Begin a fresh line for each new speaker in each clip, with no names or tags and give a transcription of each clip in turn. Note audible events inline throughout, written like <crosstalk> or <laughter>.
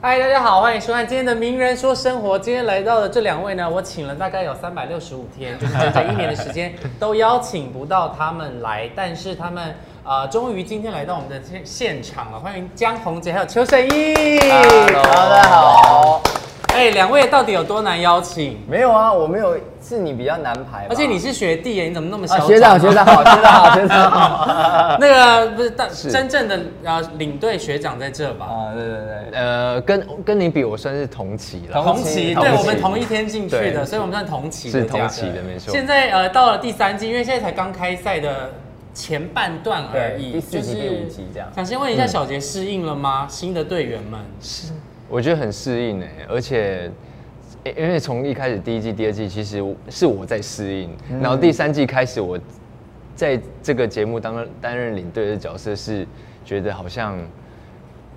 嗨，大家好，欢迎收看今天的《名人说生活》。今天来到的这两位呢，我请了大概有三百六十五天，就是整整一年的时
<laughs>
间，都邀请不到他们来，但是他们呃，终于今天来到我们的现现场了。欢迎江宏杰还有邱胜义。
Hello，大家好。
哎，两位到底有多难邀请？
没有啊，我没有，是你比较难排吧。
而且你是学弟耶，你怎么那么小、
啊，学长学长好，学长好，
<laughs>
学长好。
那个不是大真正的呃领队学长在这吧？
啊，对对对，
呃，跟跟你比，我算是同期了。
同
期
期，
同
对
期
我们同一天进去的，
对
所以我们算同期的
是
这样
同期的没错
现在呃到了第三季，因为现在才刚开赛的前半段而已，
对第四集
就是
第五集这样嗯
想先问一下，小杰适应了吗？新的队员们
我觉得很适应哎、而且诶因为从一开始第一季、第二季，其实是我在适应，
嗯
然后第三季开始，我在这个节目当担任领队的角色是觉得好像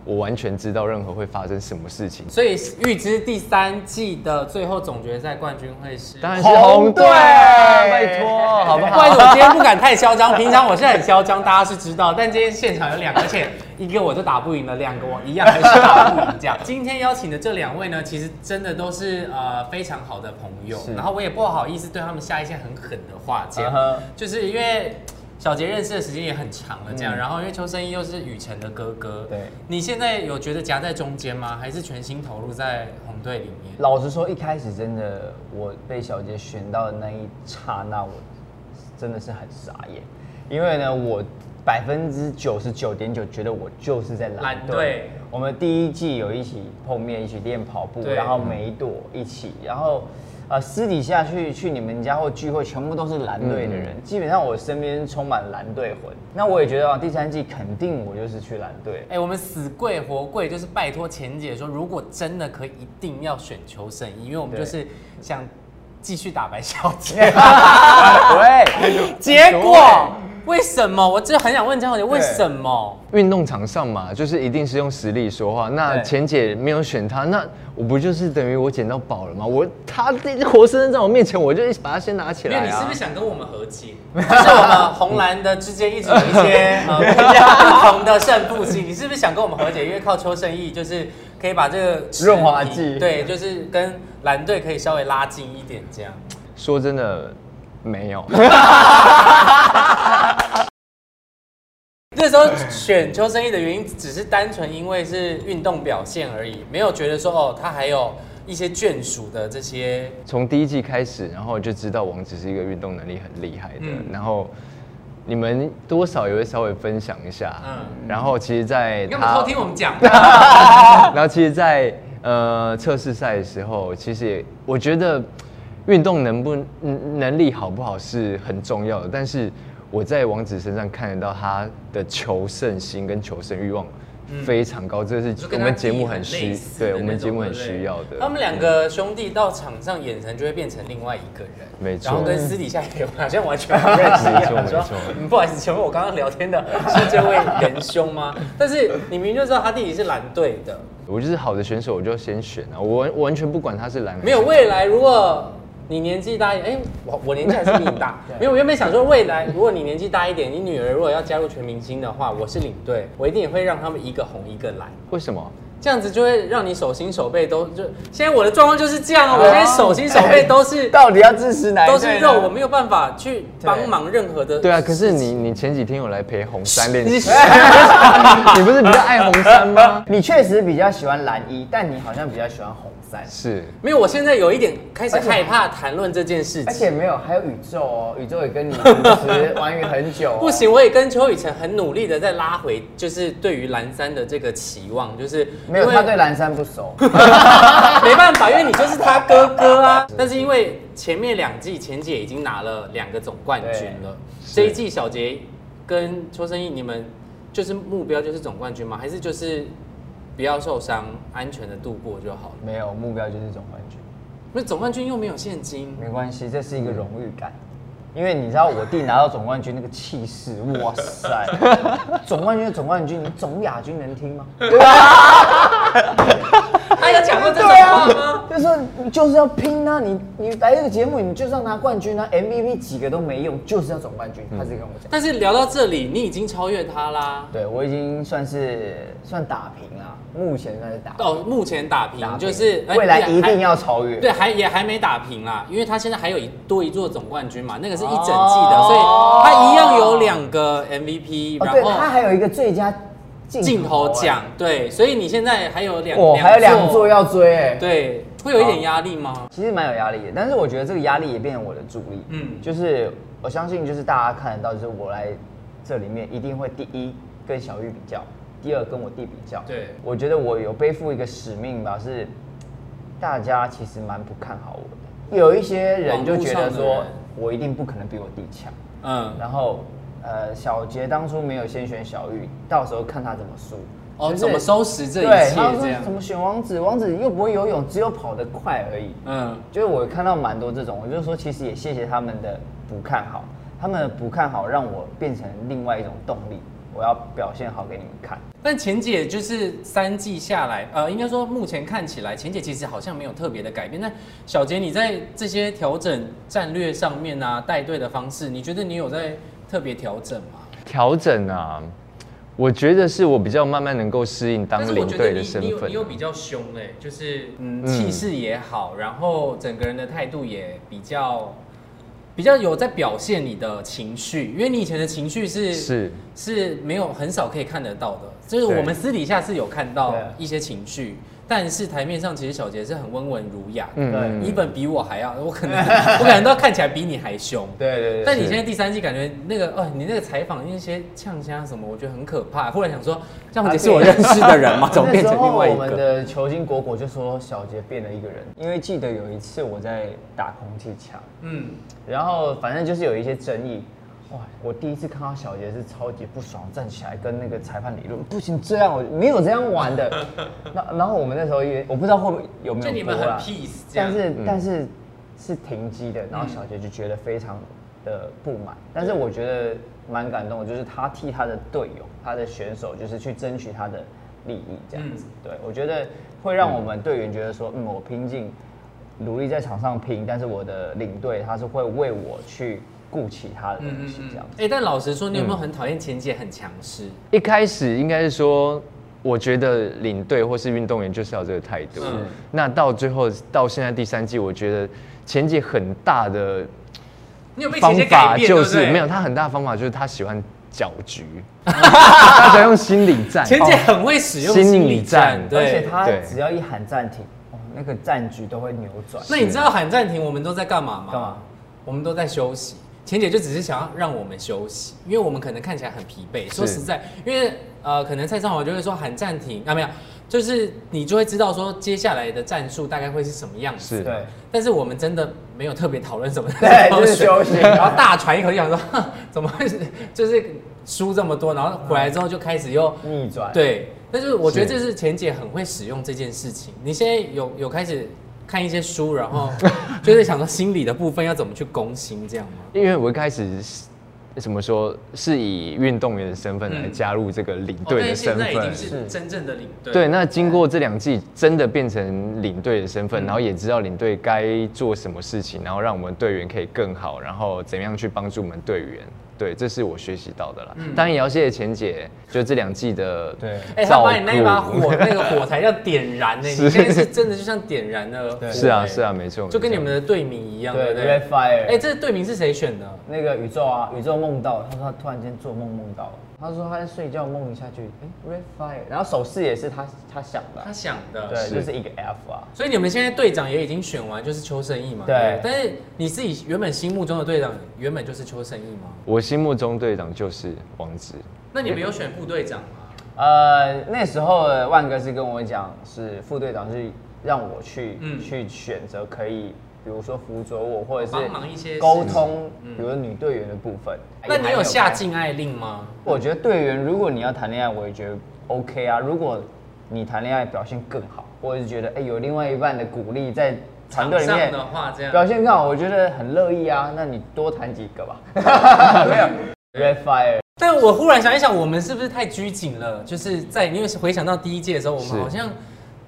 我完全知道任何会发生什么事情。
所以预知第三季的最后总决赛冠军会是。
当然是
红
红
队
队，拜托，好不
不
好？
好意思，我今天不敢太嚣张。平常我是很嚣张，大家是知道。但今天现场有两个，而且一个我都打不赢了，两个我一样还是打不赢。这
<laughs>
样，今天邀请的这两位呢，其实真的都是呃非常好的朋友。然后我也不好意思对他们下一些很狠的话，这样
嗯哼
就是因为。小杰认识的时间也很长了，这样，然后因为邱生一又是雨辰的哥哥，
对
你现在有觉得夹在中间吗？还是全心投入在红队里面？
老实说，一开始真的我被小杰选到的那一刹那，我真的是很傻眼，因为呢，我百分之九十九点九觉得我就是在
蓝
蓝
队
队。我们第一季有一起碰面，一起练跑步，
对
然后梅朵一起，然后呃私底下去去你们家或聚会，全部都是蓝队的人，
嗯
基本上我身边充满蓝队魂。那我也觉得啊，第三季肯定我就是去蓝
<laughs>
队。
哎、我们死贵活贵，就是拜托钱姐说，如果真的可以，一定要选求生意，因为我们
对
就是想继续打败小姐。
喂，
<laughs> 结果 <laughs> 为什么？我真的很想问张小姐，为什么？
运动场上嘛，就是一定是用实力说话。那
对
钱姐没有选他，那我不就是等于我捡到宝了吗？我他这活生生在我面前，我就把他先拿起
因为
来
你是
啊
不是！想跟我们和解？就是我们红蓝的之间一直有一些呃不同的胜负心，你是不是想跟我们和解？因为靠邱胜义就是可以把这个实力
润滑剂
对，就是跟蓝队可以稍微拉近一点这样。
说真的，没
<laughs>
有。
那时候选邱生意的原因，只是单纯因为是运动表现而已，没有觉得说哦，他还有一些眷属的这些。
从第一季开始，然后就知道王子是一个运动能力很厉害的。
嗯
然后你们多少也会稍微分享一下。
嗯
然后其实，在
你干
他
嘛偷听我们讲？
<laughs> 然后其实在，呃测试赛的时候，其实也我觉得运动能不嗯能力好不好是很重要的，但是我在王子身上看得到他的求胜心跟求胜欲望非常高，这是
就
我
跟他
们节目
弟
很
类
需
似的
对我
那
们
种
节目很
对不对
需要的。
他们两个兄弟到场上，眼神就会变成另外一个人，
没错
然后跟私底下也好像完全不认
<laughs>
识一样。 <laughs> 我
没错
说
没错
嗯，不好意思，请问我刚刚聊天的是这位仁兄吗？但是你明明就知道他弟弟是蓝队的，
我就是好的选手，我就先选啊，我完我完全不管他是蓝还是
没有
红
未来，如果你年纪大一，哎、我我年纪还是比你大。没有，我原本想说未来，如果你年纪大一点，你女儿如果要加入全明星的话，我是领队，我一定也会让他们一个红一个蓝，
为什么？
这样子就会让你手心手背都就。现在我的状况就是这
哦
样啊，我现在手心手背都
<laughs>
是、
到底要支持哪一
都
队
是
呢
肉，我没有办法去帮忙任何的。
对啊，可是你你前几天有来陪红三练
你
习， <laughs> 你不是比较爱红三
<laughs>
吗？
你确实比较喜欢蓝衣，但你好像比较喜欢红三，
是，
没有，我现在有一点开始
而且
害怕谈论这件事
而
情。
且没有，还有宇宙哦，宇宙也跟你主持玩鱼很久、
<laughs> 不，行，我也跟邱雨辰很努力的在拉回，就是对于蓝山的这个期望，就是
没有
因为
他对蓝山不熟，
<laughs> 没办法，因为你就是他哥哥啊。但是因为前面两季钱姐已经拿了两个总冠军了，这一季小杰跟邱生义，你们就是目标就是总冠军吗？还是就是不要受伤，安全的度过就好了？
<laughs> 没有目标就是总冠军，
不是总冠军又没有现金，
没关系，这是一个荣誉感。因为你知道我弟拿到总冠军那个气势，
<laughs>
哇塞！总冠军就总冠军，你总亚军能听吗？对吧？
他有讲过这种
对
话
啊
吗？，
就是说你就是要拼啊！你你来这个节目，你就是要拿冠军啊！MVP 几个都没用，就是要总冠军。他自己跟我讲，
但是聊到这里，你已经超越他啦。
对我已经算是算打平啊，目前算是打
到哦目前打平
打平
就是哎
未来
还
一定要超越。
对，还也还没打平啦，因为他现在还有一多一座总冠军嘛，那个是一整季的，
哦
所以他一样有两个 MVP，、
哦，对，
然
他
后
还有一个最佳
镜
镜
头
头
奖，对，所以你现在还有两，
哎，哇，还有两座，要追哎、
对，会有一点压力吗？
其实蛮有压力的，但是我觉得这个压力也变成我的助力。
嗯
嗯，就是我相信，就是大家看得到，就是我来这里面一定会第一跟小玉比较，第二跟我弟比较。
对
我觉得我有背负一个使命吧，是大家其实蛮不看好我的，有一些人就觉
网络
得
上的
说
人
我一定不可能比我弟强，
嗯，
然后呃，小杰当初没有先选小玉，到时候看他怎么输。
哦，
就是
怎么收拾这一
对，
切
他说
这样
怎？么选王子？王子又不会游泳，只有跑得快而已。
嗯，
就是我看到蛮多这种，我就说其实也谢谢他们的不看好，他们的不看好让我变成另外一种动力，我要表现好给你们看。
但钱姐就是三季下来，呃，应该说目前看起来，钱姐其实好像没有特别的改变。那小杰，你在这些调整战略上面啊，带队的方式，你觉得你有在特别调整吗？
调整啊，我觉得是我比较慢慢能够适应当
但是我
领
觉得
队
你
的身
你有
份
你有。比较凶哎、就是嗯气势也好，然后整个人的态度也比较比较有在表现你的情绪，因为你以前的情绪是
是
是没有很少可以看得到的，就是我
对
们私底下是有看到
对
一些情绪，但是台面上其实小杰是很温文儒雅，嗯，
嗯
一本比我还要，我可能我可能都看起来比你还凶，
对对对
但你现在第三季感觉那个，哦，你那个采访那些呛虾什么，我觉得很可怕。忽然想说，这样子是我认识的人 <laughs> 吗？怎么变成另外一
那时候我们
个？
的球经果果就说小杰变了一个人，因为记得有一次我在打空气墙，
嗯，
然后反正就是有一些争议。哇！我第一次看到小杰是超级不爽，站起来跟那个裁判理论，不行，这样我没有这样玩的。 <laughs> 那然后我们那时候也我不知道会不会有没有
就你们
播
很
啦
peace 这样嗯
但是、但是是停机的，然后小杰就觉得非常的不满，但是我觉得蛮感动的，就是他替他的队友、他的选手，就是去争取他的利益这样子。
嗯
对我觉得会让我们队员觉得说，嗯，我拼尽努力在场上拼，但是我的领队他是会为我去顾起他的东西这样子。
哎、但老实说，你有没有很讨厌钱姐很强势？
一开始应该是说，我觉得领队或是运动员就是要这个态度。
嗯
那到最后到现在第三季，我觉得前姐很大的
你有被钱
方
姐改
法
变，
就
对不
是
对
没有，。他很大的方法就是他喜欢搅局，他喜欢用心理
<laughs>
战。
钱姐
哦
很会使用
心理
心理战，
战
对。
而且他
对
只要一喊暂停，哦，那个战局都会扭转。
那你知道喊暂停我们都在干嘛吗？
干嘛？
我们都在休息。钱姐就只是想要让我们休息，因为我们可能看起来很疲惫。说实在，因为呃，可能蔡尚华就会说喊暂停啊，没有，就是你就会知道说接下来的战术大概会是什么样子。
是
对
但是我们真的没有特别讨论什么， <laughs>
对就是休息
然后大喘一口气，想说 <laughs> 哼怎么会是就是输这么多，然后回来之后就开始又
逆转。
对，但是我觉得
是
这是钱姐很会使用这件事情。你现在有有开始看一些书，然后 <laughs> 就是想说心理的部分要怎么去攻心，这样吗？
因为我一开始是怎么说，是以运动员的身份来加入这个领
哦
队的身份。
是
真正的领队
对，那经过这两季，真的变成领队的身份，然后也知道领队该做什么事情，然后让我们队员可以更好，然后怎么样去帮助我们队员。对，这是我学习到的啦。
嗯
当然也要谢谢钱姐，就这两季的
对
哎、他
照
把你那一把
顾。
火，那个火柴叫点
<laughs>
燃呢、你
是
现在是真的就像点燃了火、
对
是啊，
哎
是啊，，没错，
就跟
没
你
错
们的队名一样，对
对
不
，Red
对？
Fire。
哎、这队名是谁选的？
那个宇宙啊，宇宙梦到，他说他突然间做梦梦到了，他说他在睡觉梦一下就，哎、r e d fire，然后手势也是他他想的
他
啊，
想的，
对，
是
就是一个 F 啊，
所以你们现在队长也已经选完，就是邱胜义嘛。
对
但是你自己原本心目中的队长，原本就是邱胜义吗？
我心目中队长就是王子。
那你们有选副队长吗？
呃，那时候的万哥是跟我讲，是副队长是让我去、
嗯
去选择可以，比如说辅佐我，或者
帮忙一些
是
事
沟
情嗯
通，比如女队员的部分。哎
那你有下
下
禁爱令吗？
我觉得队员如果你要谈恋爱，我也觉得 OK 啊。如果你谈恋爱表现更好，或者是觉得哎、有另外一半的鼓励在团队里
场上
面
的话这样
表现更好，我觉得很乐意啊。那你多谈几个吧， <laughs> 没有 <laughs> red fire。
但我忽然想一想，我们是不是太拘谨了？就是在因为回想到第一届的时候，我们
是
好像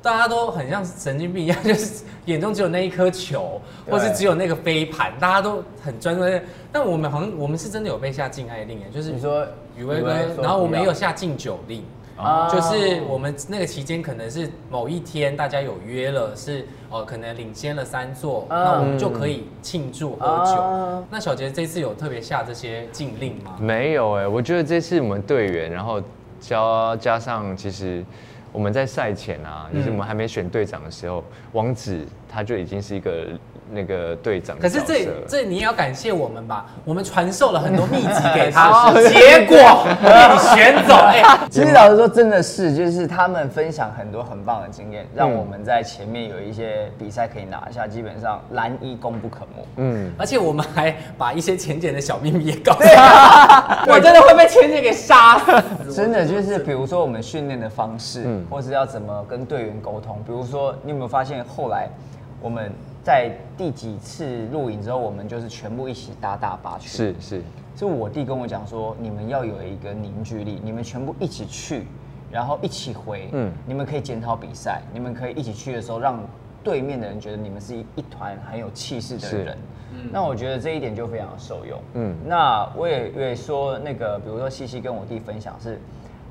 大家都很像神经病一样，就是眼中只有那一颗球，
对
或是只有那个飞盘，大家都很专注在那。但我们好像我们是真的有被下禁爱令哎，就是
你说
雨薇
雨
哥
薇说，
然后我
不
们
要
也有下禁酒令。
啊
就是我们那个期间，可能是某一天大家有约了，是呃可能领先了三座，
嗯
那我们就可以庆祝喝酒
啊。
那小杰这次有特别下这些禁令
嗯
吗？
没有哎、我觉得这次我们队员，然后加加上其实我们在赛前啊，
嗯
就是我们还没选队长的时候，王子他就已经是一个那个队长的
可
角色
是
了。
这这你也要感谢我们吧，我们传授了很多秘籍给他，<laughs>
好
结果被你选
<laughs>
走。哎，
其实老实说，真的是，就是他们分享很多很棒的经验，让我们在前面有一些比赛可以拿下，基本上蓝一功不可没。
嗯，
而且我们还把一些浅浅的小秘密也告诉他， <laughs> 我真的会被浅浅给杀死。
真的就是，比如说我们训练的方式，
嗯
或是要怎么跟队员沟通。比如说，你有没有发现后来我们在第几次录影之后，我们就是全部一起搭大巴去。，
是是，
是我弟跟我讲说，你们要有一个凝聚力，你们全部一起去，然后一起回。
嗯
嗯，你们可以检讨比赛，你们可以一起去的时候，让对面的人觉得你们是一团很有气势的
是
人。那我觉得这一点就非常受用。
嗯
嗯，那我也也说那个，比如说西西跟我弟分享是，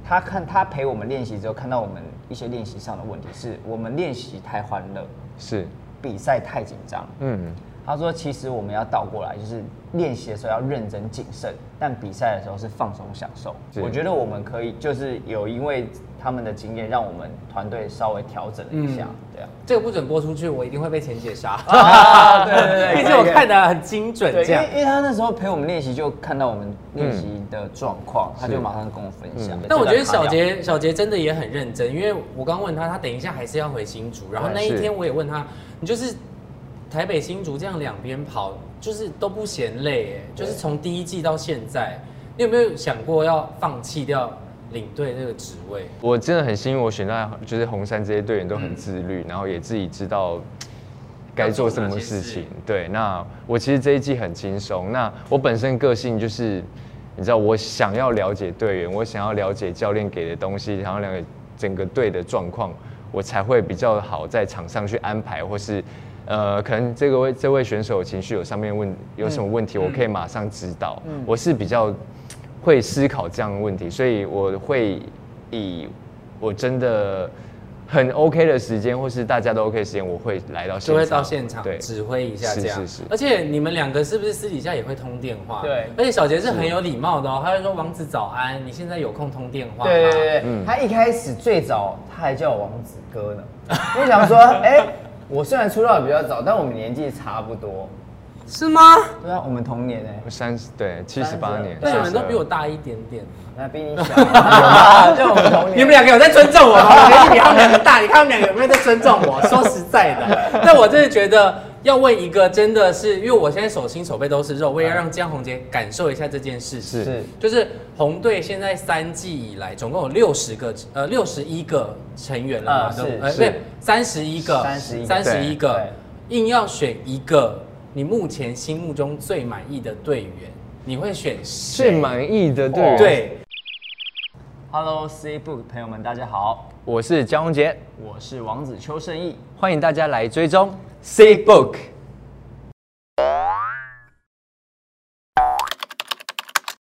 他看他陪我们练习之后，看到我们一些练习上的问题，是我们练习太欢乐，
是，
比赛太紧张。
嗯，
他说，其实我们要倒过来，就是练习的时候要认真谨慎，但比赛的时候是放松享受。
是
我觉得我们可以就是有因为他们的经验，让我们团队稍微调整了一下，
嗯
对啊。
这个不准播出去，我一定会被浅姐杀。
啊对对对
毕竟我
可以
看的很精准，
对，
这
因
样
为。因为他那时候陪我们练习，就看到我们练习的状况，他就马上跟我分享。
嗯
对
但我觉得小，
就在
杰小杰真的也很认真，因为我刚问他，他等一下还是要回新竹，然后
对
那一
是
天我也问他，你就是台北新竹这样两边跑，就是都不嫌累，哎，就是从第一季到现在，你有没有想过要放弃掉领队这个职位？
我真的很幸运，我选到就是红山这些队员都很自律，然后也自己知道该做什么事情。对，那我其实这一季很轻松。那我本身个性就是，你知道，我想要了解队员，我想要了解教练给的东西，想要了解整个队的状况，我才会比较好在场上去安排，或是呃，可能这个位这位选手情绪有上面问有什么问题，我可以马上知道。我是比较会思考这样的问题，所以我会以我真的。很 OK 的时间，或是大家都 OK 的时间，我会来到
就会到现场
对，
指挥一下
是
这样。
是是
而且你们两个是不是私底下也会通电话？
对
而且小杰是很有礼貌的哦，他就说王子早安，你现在有空通电话
看
吗？
到对对对，
嗯
对他一开始最早他还叫我王子哥呢，我想说，哎，我虽然出道比较早，但我们年纪差不多，
是吗？
对啊，我们同年哎，
三十对七十八年，
那你们都
72
比我大一点点。
那比你 <laughs> 小，就我们同
你
年
们。两个有在尊重我吗？我
<laughs>
年纪比他们两个大，你看他们两个有没有在尊重我？说实在的，但我真的觉得要问一个，真的是因为我现在手心手背都是肉，我也要让江宏杰感受一下这件事情。
是
就是红队现在三季以来总共有六十个呃六十一个成员了嘛，
啊
对不
是
呃
是
对三十一个
31
三十一个
对，
硬要选一个你目前心目中最满意的队员，你会选谁？
最满意的队员。，
对，
Hello C Book 朋友们，大家好，
我是江宏杰，
我是王子邱胜义。
欢迎大家来追踪 C Book。